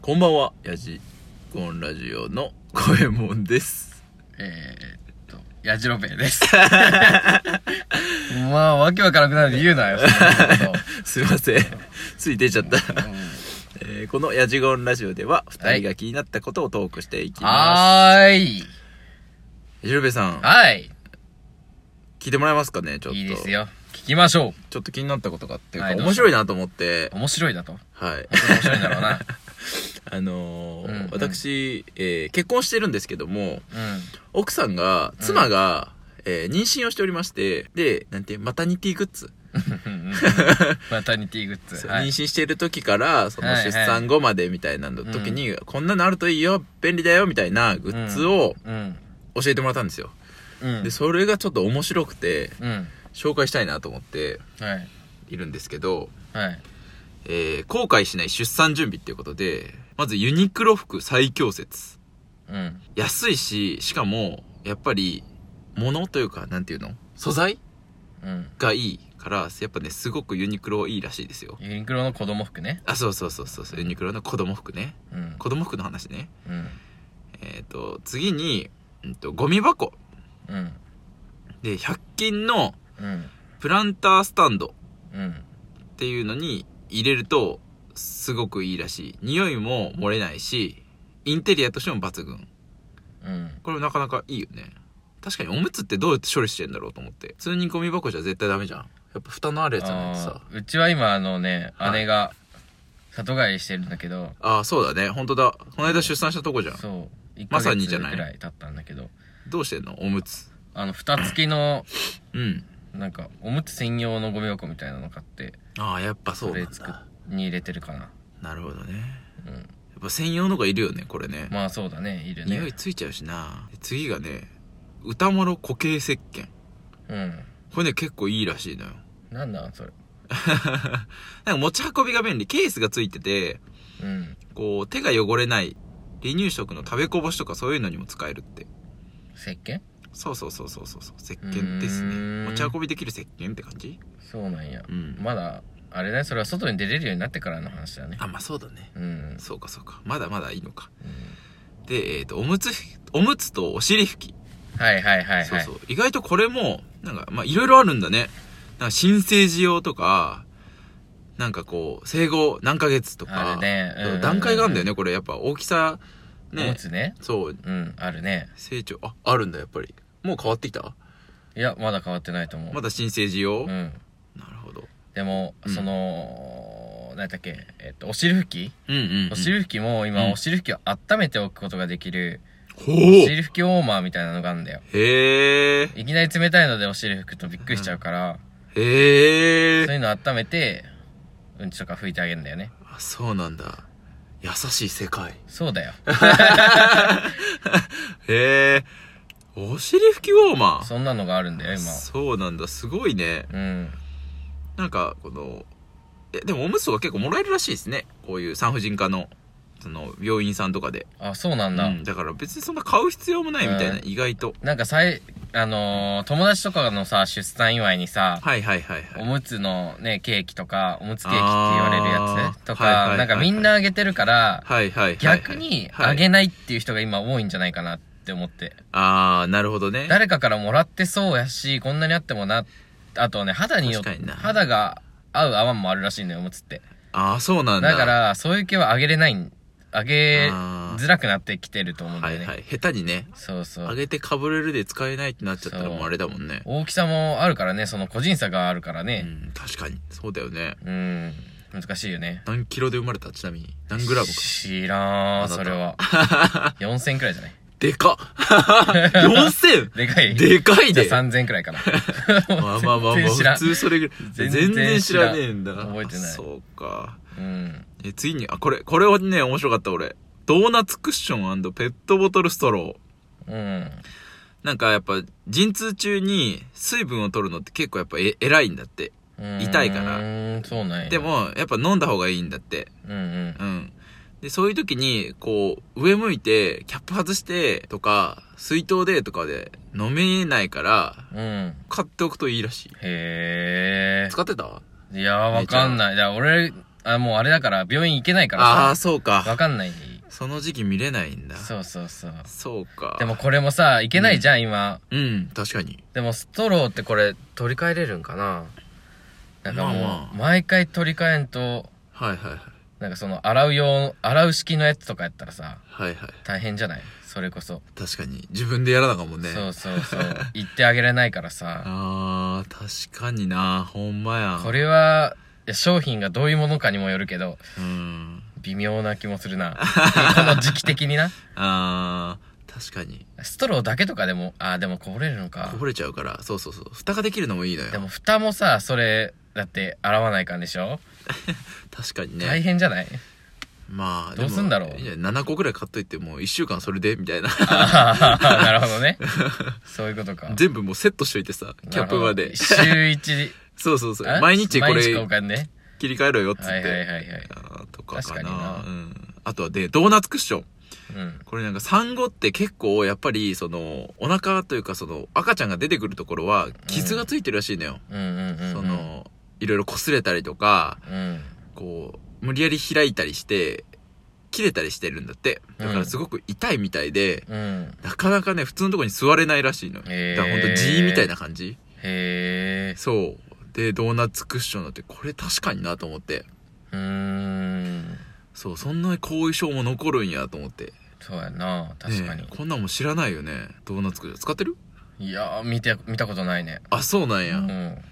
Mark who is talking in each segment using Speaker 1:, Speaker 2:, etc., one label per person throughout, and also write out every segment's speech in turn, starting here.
Speaker 1: こんばんは、やじこんラジオの声もん です。
Speaker 2: えー、っと、やじろべえです。まあ、わけわからなくなるで言う なよ、そんなこ
Speaker 1: すいません。つい出ちゃった。
Speaker 2: と。うん
Speaker 1: えーこのやじゴンラジオでは、二人が気になったことをトークしていきま
Speaker 2: はーい。
Speaker 1: す。やじろべえさん、
Speaker 2: はい。
Speaker 1: 聞いてもらえますかね、ちょっと。
Speaker 2: いいですよ。聞きましょ
Speaker 1: ちょっと気になったことがあって、
Speaker 2: はいどうぞ
Speaker 1: 面白いなと思って
Speaker 2: う。、面白いだと。
Speaker 1: はい。
Speaker 2: 面白いんだろうな。
Speaker 1: あのー
Speaker 2: うんうん
Speaker 1: 私、えー結婚してるんですけども、
Speaker 2: うん。
Speaker 1: 奥さんが、妻が、えー妊娠をしておりまして、で、なんて、マタニティグッズ。
Speaker 2: マタニティグッズ。
Speaker 1: そう
Speaker 2: は
Speaker 1: 妊
Speaker 2: い。
Speaker 1: 娠してる時からその
Speaker 2: はいはい
Speaker 1: 出産後までみたいなの時に、こんなのあるといいよ便利だよみたいなグッズを
Speaker 2: うん。
Speaker 1: 教えてもらったんですよ、
Speaker 2: うん
Speaker 1: で。それがちょっと面白くて
Speaker 2: うん。
Speaker 1: 紹介したいなと思って
Speaker 2: はい。
Speaker 1: いるんですけど、
Speaker 2: はい。
Speaker 1: えー後悔しない出産準備っていうことでまずユニクロ服最強説
Speaker 2: うん。
Speaker 1: 安いししかもやっぱり物というかなんていうの素材
Speaker 2: うん。
Speaker 1: がいいからやっぱねすごくユニクロいいらしいですよ
Speaker 2: ユニクロの子供服ね。
Speaker 1: あそうそうそうそうそうユニクロの子供服ね
Speaker 2: うん。
Speaker 1: 子供服の話ね
Speaker 2: うん。
Speaker 1: えっ、と、次に、うんと、ゴミ箱。
Speaker 2: うん。
Speaker 1: で、100均の
Speaker 2: うん。
Speaker 1: プランタースタンド
Speaker 2: うん。
Speaker 1: っていうのに入れると、すごくいいらしい。匂いも漏れないし、インテリアとしても抜群。
Speaker 2: うん。
Speaker 1: これもなかなかいいよね。確かにおむつってどうやって処理してんだろうと思って。普通にゴミ箱じゃ絶対ダメじゃん。やっぱ蓋のあるやつじゃないとさ
Speaker 2: あ。ーうちは今、あのね、
Speaker 1: はい
Speaker 2: 姉が里帰りしてるんだけど、
Speaker 1: ああ、そうだね。本当だ。この間出産したとこじゃん。
Speaker 2: そう。1
Speaker 1: ま
Speaker 2: ヶ
Speaker 1: さに
Speaker 2: 月
Speaker 1: じゃ
Speaker 2: ぐ
Speaker 1: ない
Speaker 2: らい経ったんだけど、
Speaker 1: どうしてんのおむつ。
Speaker 2: あの、蓋付きの、
Speaker 1: うん。
Speaker 2: なんか、おむつ専用のゴミ箱みたいなの買って、
Speaker 1: ああ、やっぱそう
Speaker 2: そ
Speaker 1: な
Speaker 2: れ
Speaker 1: ん
Speaker 2: 作っ
Speaker 1: だ。
Speaker 2: に入れてるかな。
Speaker 1: なるほどね。
Speaker 2: うん。
Speaker 1: やっぱ専用のがいるよね、これね。
Speaker 2: まあそうだね、いるね。
Speaker 1: 匂いついちゃうしな次がね歌丸固形石鹸
Speaker 2: うん。
Speaker 1: これね結構いいらしいのよ
Speaker 2: なんだ、それ。
Speaker 1: なんか持ち運びが便利ケースがついてて
Speaker 2: うん。
Speaker 1: こう手が汚れない離乳食の食べこぼしとかそういうのにも使えるって
Speaker 2: 石鹸
Speaker 1: そうそうそうそうそうそう石鹸です
Speaker 2: う
Speaker 1: ね
Speaker 2: ーん
Speaker 1: 持ち運びできる石鹸って感じ
Speaker 2: そうなんや。
Speaker 1: うん
Speaker 2: まだ、あれだね、それは外に出れるようになってからの話だね。
Speaker 1: あまあそうだね
Speaker 2: うん。
Speaker 1: そうかそうかまだまだいいのか
Speaker 2: うん
Speaker 1: でえっ、とおむつおむつとお尻拭き、
Speaker 2: はいはいはいはい。
Speaker 1: そうそう意外とこれもなんかまあいろいろあるんだねなんか新生児用とかなんかこう生後何ヶ月とか
Speaker 2: あるね。うん
Speaker 1: 段階があるんだよね、これ。やっぱ大きさ、
Speaker 2: おむ
Speaker 1: ね。
Speaker 2: つね。
Speaker 1: そう、
Speaker 2: うん、あるね。
Speaker 1: 成長。あ、あるんだ、やっぱり。もう変わってきた
Speaker 2: いや、まだ変わってないと思う。
Speaker 1: まだ新生児用、
Speaker 2: うん。
Speaker 1: なるほど。
Speaker 2: でも、
Speaker 1: うん
Speaker 2: その、なんだっけ、えっと、お尻拭き、
Speaker 1: うんうん、うん。
Speaker 2: お尻拭きも今、
Speaker 1: うん
Speaker 2: お尻拭きを温めておくことができる、
Speaker 1: ほ
Speaker 2: お
Speaker 1: う
Speaker 2: 尻拭きウォーマーみたいなのがあるんだよ。
Speaker 1: へえ。
Speaker 2: いきなり冷たいのでお尻拭くとびっくりしちゃうから、
Speaker 1: へ
Speaker 2: そう
Speaker 1: え。
Speaker 2: いうの温めて、うんちとか拭いてあげるんだよね。
Speaker 1: あそうなんだ。優しい世界。
Speaker 2: そう だよ。
Speaker 1: へえ。お尻拭きウォーマー
Speaker 2: そんなのがあるんだよ、今。
Speaker 1: そうなんだ、すごいね。
Speaker 2: うん。
Speaker 1: なんか、この、え、でもおむつとか結構もらえるらしいですね。こういう産婦人科の、その、病院さんとかで。
Speaker 2: あ、そうなんだ。
Speaker 1: うん、だから別にそんな買う必要もないみたいな、
Speaker 2: うん
Speaker 1: 意外と。
Speaker 2: なんかさい、あのー友達とかのさ、出産祝いにさ、
Speaker 1: はいはいはいは
Speaker 2: お
Speaker 1: い。
Speaker 2: むつのね、ケーキとか、おむつケーキって言われるや
Speaker 1: あー
Speaker 2: つと
Speaker 1: はいはいはいは
Speaker 2: か、
Speaker 1: い
Speaker 2: なんかみんなあげてるから、
Speaker 1: はいはいはいはい。
Speaker 2: 逆にあ
Speaker 1: はい
Speaker 2: げないっていう人が今多いんじゃないかなって思って。
Speaker 1: あー、なるほどね。
Speaker 2: 誰かからもらってそうやし、こんなにあってもな、あとね、肌によっ
Speaker 1: 確かにな
Speaker 2: 肌が合う合わんもあるらしいんだよ、おむつって。
Speaker 1: あー、そうなんだ。
Speaker 2: だか、ら、そういう系はあげれないん、あげ
Speaker 1: あー
Speaker 2: づらくなってきてると思うんだ
Speaker 1: は
Speaker 2: よ
Speaker 1: い
Speaker 2: ね。
Speaker 1: はい。下手にね、
Speaker 2: そうそ
Speaker 1: あ
Speaker 2: う。
Speaker 1: げてかぶれるで使えないってなっちゃったら
Speaker 2: そう
Speaker 1: もうあれだもんね。
Speaker 2: 大きさもあるからね、その個人差があるから
Speaker 1: う
Speaker 2: ね。
Speaker 1: ん、確かに。そうだよね。
Speaker 2: うん、難しいよね。
Speaker 1: 何キロで生まれたちなみに。何グラム か。
Speaker 2: 知ら、
Speaker 1: あなんた
Speaker 2: それ は。4000くらいじゃない
Speaker 1: でかっ !4000!
Speaker 2: で かい。
Speaker 1: でかい
Speaker 2: じゃ
Speaker 1: ね
Speaker 2: あ3000くらいかな。
Speaker 1: まあまあまあまあ、
Speaker 2: 全然知ら
Speaker 1: 普
Speaker 2: ん
Speaker 1: 通それぐらい。
Speaker 2: 全
Speaker 1: 全
Speaker 2: 然
Speaker 1: 然知らねえんだ。
Speaker 2: 知らん覚えてない
Speaker 1: そうか。
Speaker 2: うん。
Speaker 1: え、次に、あ、これ、これはね、面白かった俺。ドーナツクッションペットボトルストロー。
Speaker 2: うん。
Speaker 1: なんかやっぱ陣痛中に水分を取るのって結構やっぱえ偉いんだって
Speaker 2: うん
Speaker 1: 痛いから
Speaker 2: うん、そうなんや。
Speaker 1: で、もやっぱ飲んだ方がいいんだって
Speaker 2: うんうん。
Speaker 1: うんでそういう時にこう上向いてキャップ外してとか水筒でとかで飲めないから
Speaker 2: うん。
Speaker 1: 買っておくといいらしい
Speaker 2: へ
Speaker 1: 使ってた
Speaker 2: え。いやー、わかんない。だから俺あ、もうあれだから、病院行けないか
Speaker 1: ああ
Speaker 2: ら
Speaker 1: ー、
Speaker 2: さ
Speaker 1: そう
Speaker 2: わ
Speaker 1: か。
Speaker 2: かんない。
Speaker 1: その時期見れないんだ。そう
Speaker 2: そうそうそう。
Speaker 1: か。
Speaker 2: でも、これもさ、いけないじゃん、今。
Speaker 1: うん、確かに。
Speaker 2: でも、ストローってこれ、取り替えれるんかななんかもう、
Speaker 1: まあまあ
Speaker 2: 毎回取り替えんと、
Speaker 1: はいはいはい。
Speaker 2: なんかその、洗う用、洗う式のやつとかやったらさ、
Speaker 1: はいはい。
Speaker 2: 大変じゃないそれこそ。
Speaker 1: 確かに。自分でやらなあかんもんね。
Speaker 2: そうそうそう。言ってあげれないか らさ。
Speaker 1: あー、確かにな。ほんまや。
Speaker 2: これは、いや商品がどういうものかにもよるけど、
Speaker 1: うん。
Speaker 2: 微妙な気もする な。この時期的にな。
Speaker 1: あー、確かに。
Speaker 2: ストローだけとかでも、あー、でもこぼれるのか
Speaker 1: こ。ぼれちゃうから。そうそうそう。蓋ができるのもいいのよ
Speaker 2: で。も蓋もさ、それ、だって洗わないかんでしょ、
Speaker 1: 確かに
Speaker 2: 大
Speaker 1: ね。
Speaker 2: 変じゃ ない
Speaker 1: まあ、
Speaker 2: どうすんだろう
Speaker 1: でもいや、7個ぐらい買っといて、もう1週間それで、みたいな。
Speaker 2: あーなるほどね。そういうことか。
Speaker 1: 全部もうセットしといてさ、キャップま
Speaker 2: な
Speaker 1: で
Speaker 2: る。ほど週 一
Speaker 1: そうそうそう
Speaker 2: あ。
Speaker 1: 毎日こ
Speaker 2: 毎日
Speaker 1: れ
Speaker 2: 交換ね。
Speaker 1: 切り替えろよっつって。
Speaker 2: はいはいはいはい。
Speaker 1: あーとかか
Speaker 2: 確かに
Speaker 1: な
Speaker 2: な
Speaker 1: うん、あとはでドーナツクッション
Speaker 2: うん。
Speaker 1: これなんか産後って結構やっぱりそのお腹というかその赤ちゃんが出てくるところは傷がついてるらしいのよ、
Speaker 2: うんうんうんうん。
Speaker 1: そ、のいろいろ擦れたりとか
Speaker 2: うん。
Speaker 1: こう無理やり開いたりして切れたりしてるんだってだからすごく痛いみたいで、
Speaker 2: うん。
Speaker 1: なかなかね普通のとこに座れないらしいのよ、
Speaker 2: へー
Speaker 1: だからほんと G みたいな感じ
Speaker 2: へえ。
Speaker 1: そうでドーナツクッションだってこれ確かになと思って
Speaker 2: うーん。
Speaker 1: そうそんな後遺症も残るんやと思って
Speaker 2: そうやな。確かに。
Speaker 1: ねえこんなんも知らないよねドーナツクッション使ってる
Speaker 2: いやー、見て、見たことないね。
Speaker 1: あそうなん
Speaker 2: う
Speaker 1: や、
Speaker 2: ん。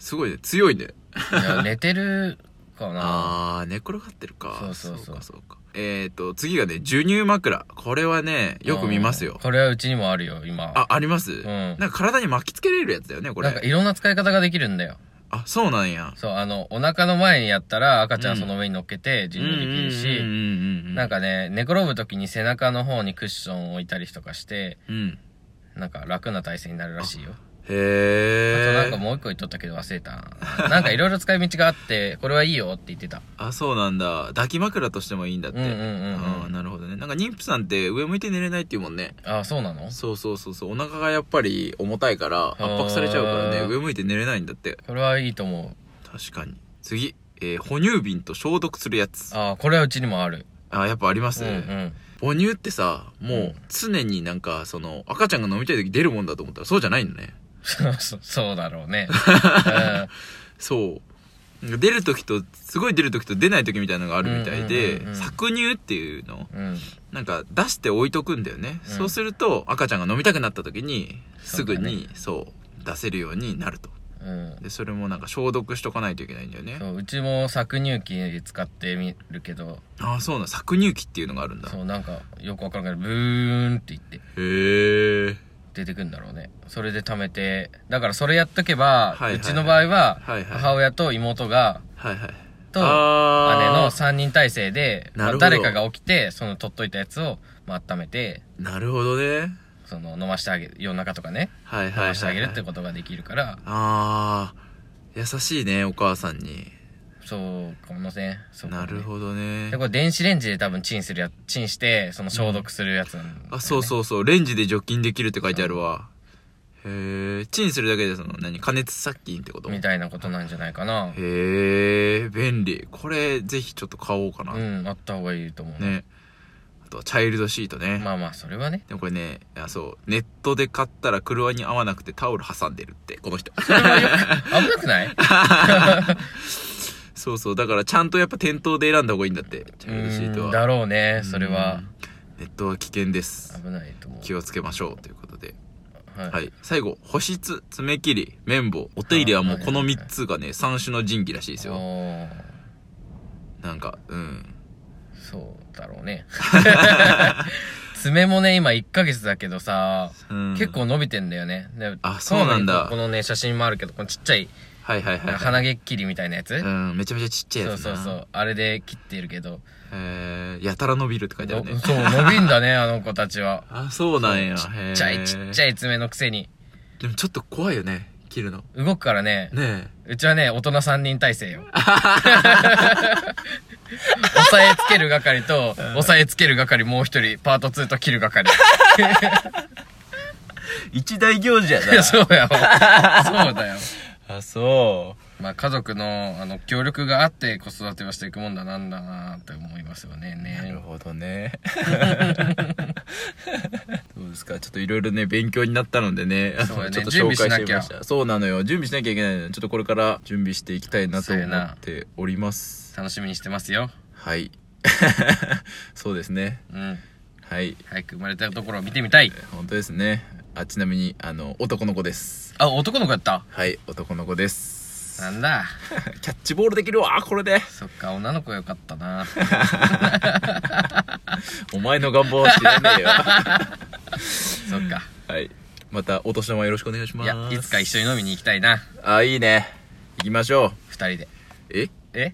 Speaker 1: すごいね強いね
Speaker 2: い や、寝てるかな。
Speaker 1: あー寝転がってるか
Speaker 2: そうそうそう
Speaker 1: かそうかえっ、ー、と次がね授乳枕これはねよく見ます
Speaker 2: うん
Speaker 1: よ
Speaker 2: これはうちにもあるよ、今。
Speaker 1: ああります、
Speaker 2: うん。
Speaker 1: なんか体に巻きつけれるやつだよねこ
Speaker 2: なんか
Speaker 1: れ
Speaker 2: いろんな使い方ができるんだよ。
Speaker 1: あそうなんや
Speaker 2: そう、あの、お腹の前にやったら赤ちゃ
Speaker 1: うん
Speaker 2: んその上に乗っけて授乳できる
Speaker 1: うんうん
Speaker 2: し、
Speaker 1: うんうん
Speaker 2: なんかね、寝転ぶ時に背中の方にクッションを置いたりとかして、
Speaker 1: うん
Speaker 2: なんか楽な体勢になるらしいよ。
Speaker 1: へ
Speaker 2: あとなん
Speaker 1: え
Speaker 2: かもう一個言っとったけど忘れたな。なんかいろいろ使い道があって、これはいいよって言ってた。
Speaker 1: あそうなんだ抱き枕としてもいいんだって、
Speaker 2: うんうんうんうん
Speaker 1: あーなるほどねなんか妊婦さんって上向いて寝れないっていうもんね
Speaker 2: あ、そうなの
Speaker 1: そうそうそうそうお腹がやっぱり重たいから圧迫されちゃうから
Speaker 2: あ
Speaker 1: ね
Speaker 2: ー
Speaker 1: 上向いて寝れないんだって
Speaker 2: これはいいと思う。
Speaker 1: 確かに次、えー哺乳瓶と消毒するやつあ
Speaker 2: あ、これはうちにもある。
Speaker 1: ーやっぱあります、
Speaker 2: うんうん。
Speaker 1: 母乳ってさも
Speaker 2: う
Speaker 1: うん常になんかその赤ちゃんが飲みたい時出るもんだと思ったらそうじゃないのね
Speaker 2: そう そうそうだろ うね。
Speaker 1: そうなんか出る時とすごい出る時と出ない時みたいなのがあるみたいで、
Speaker 2: うんうんうんうん
Speaker 1: 搾乳っていうの
Speaker 2: うん。うん。
Speaker 1: なんか出して置いとくんだよね、
Speaker 2: うん
Speaker 1: そうすると赤ちゃんが飲みたくなった時にすぐ
Speaker 2: そうだ
Speaker 1: にそう出せるようになると
Speaker 2: うん。
Speaker 1: でそれもなんか消毒しとかないといけないんだよね
Speaker 2: そううちも搾乳機使ってみるけど
Speaker 1: ああそうなん搾乳期っていうのがあるんだへ
Speaker 2: そうなんかよくわからんけどブーンって言って
Speaker 1: え
Speaker 2: 出てくんだろうねそれで貯めてだからそれやっとけば、
Speaker 1: はいはいはいう
Speaker 2: ちの場合は
Speaker 1: はいはい
Speaker 2: 母親と妹が
Speaker 1: はいはい
Speaker 2: と姉の
Speaker 1: あ
Speaker 2: 3人体制で、
Speaker 1: なる
Speaker 2: ま
Speaker 1: ほ
Speaker 2: あ
Speaker 1: ど
Speaker 2: 誰かが起きてその取っといたやつを、まあ、温めて
Speaker 1: ーなるほどね
Speaker 2: その飲ましてあげる夜中とかね
Speaker 1: はいはいはい、
Speaker 2: 飲
Speaker 1: は
Speaker 2: ま
Speaker 1: い、
Speaker 2: してあげるってことができるから、
Speaker 1: ああ優しいねお母さんに、
Speaker 2: そうかもねそうかも
Speaker 1: な
Speaker 2: ね
Speaker 1: るほどね
Speaker 2: でこれ電子レンジで多分チンするやチンしてその消毒するやつなんだよね、
Speaker 1: あそうそうそうレンジで除菌できるって書いてあるわへえチンするだけでその何加熱殺菌ってこと
Speaker 2: みたいなことなんじゃないかな
Speaker 1: へえ便利これぜひちょっと買おうかな、
Speaker 2: うんあった方がいいと思う、
Speaker 1: ねあとはチャイルドシートね、
Speaker 2: まあまあそれはね
Speaker 1: でもこれねあそうネットで買ったら車に合わなくてタオル挟んでるってこの人
Speaker 2: それはよく危なくない
Speaker 1: そうそうだからちゃんとやっぱ店頭で選んだ方がいいんだってチャイルドシート
Speaker 2: うん
Speaker 1: は
Speaker 2: だろうねそれ
Speaker 1: う
Speaker 2: は
Speaker 1: んネットは危険です
Speaker 2: 危ないと思
Speaker 1: 気をつけましょうということで、
Speaker 2: うはい、
Speaker 1: はい、最後保湿爪切り綿棒お手入れはもうこの
Speaker 2: はいはいは
Speaker 1: 3
Speaker 2: い
Speaker 1: つがね3種の神器らしいです
Speaker 2: お
Speaker 1: よ
Speaker 2: ー
Speaker 1: なんかうん
Speaker 2: そうだろうね爪もね今1ヶ月だけどさ、
Speaker 1: うん
Speaker 2: 結構伸びてんだよねで
Speaker 1: あそうなんだ
Speaker 2: このね写真もあるけどこのちっちゃい
Speaker 1: はいはいはい、はい、
Speaker 2: 鼻毛切りみたいなやつ、
Speaker 1: うんめちゃめちゃちっちゃいや
Speaker 2: そう
Speaker 1: つ
Speaker 2: そ
Speaker 1: な
Speaker 2: うそうあれで切っているけど、
Speaker 1: えー、やたら伸びるって書いてあるね
Speaker 2: のそう伸びんだね あの子たちは
Speaker 1: あそうなんや
Speaker 2: ちっちゃいちっち
Speaker 1: ゃい
Speaker 2: ゃい爪のくせに
Speaker 1: でもちょっと怖いよね切るの
Speaker 2: 動くからね
Speaker 1: ね
Speaker 2: うちはね、大人3人 体制よ。押さえつける係と、押さえつける係もう一人、パート2と切る係。
Speaker 1: え一大行事や
Speaker 2: いやそうやよ。そうだよ。
Speaker 1: あ、そ
Speaker 2: まあ家族のあの協力があって子育てはしていくもんだなんだなって思いますよね。
Speaker 1: う。なる
Speaker 2: ね
Speaker 1: ほど ね。どうですかちょっといろいろね、勉強になったのでね。
Speaker 2: そうだ ね
Speaker 1: ちょっと
Speaker 2: 準
Speaker 1: 紹介し
Speaker 2: 備しな
Speaker 1: てみ
Speaker 2: きゃ
Speaker 1: ました。そうなのよ。準備しなきゃいけないので、ちょっとこれから準備していきたいなと
Speaker 2: そう
Speaker 1: 思
Speaker 2: やな
Speaker 1: っております。
Speaker 2: 楽しみにしてますよ。
Speaker 1: はい。 そうですね。
Speaker 2: うん。
Speaker 1: はい。
Speaker 2: 早く生まれたところを見てみたい。
Speaker 1: 本当ですね。あ、ちなみに、あの、男の子です。
Speaker 2: あ、男の子やった。
Speaker 1: はい、男の子です。
Speaker 2: なんだ。
Speaker 1: キャッチボールできるわ、これで。
Speaker 2: そっか、女の子よかっ たな。
Speaker 1: お前の願望は知らねえ よ。
Speaker 2: そっか。
Speaker 1: はい。また、お年玉よろしくお願いしま
Speaker 2: い
Speaker 1: す。
Speaker 2: や、いつか一緒に飲みに行きたいな。
Speaker 1: あ、いいね。行きましょう。
Speaker 2: 二人で。
Speaker 1: え
Speaker 2: え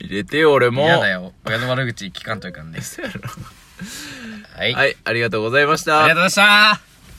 Speaker 1: 入れてよ、俺 も。
Speaker 2: 嫌だよ。親の悪口聞かんといかんです。はい。あり
Speaker 1: はい、ありがとうございました。
Speaker 2: がとうございました。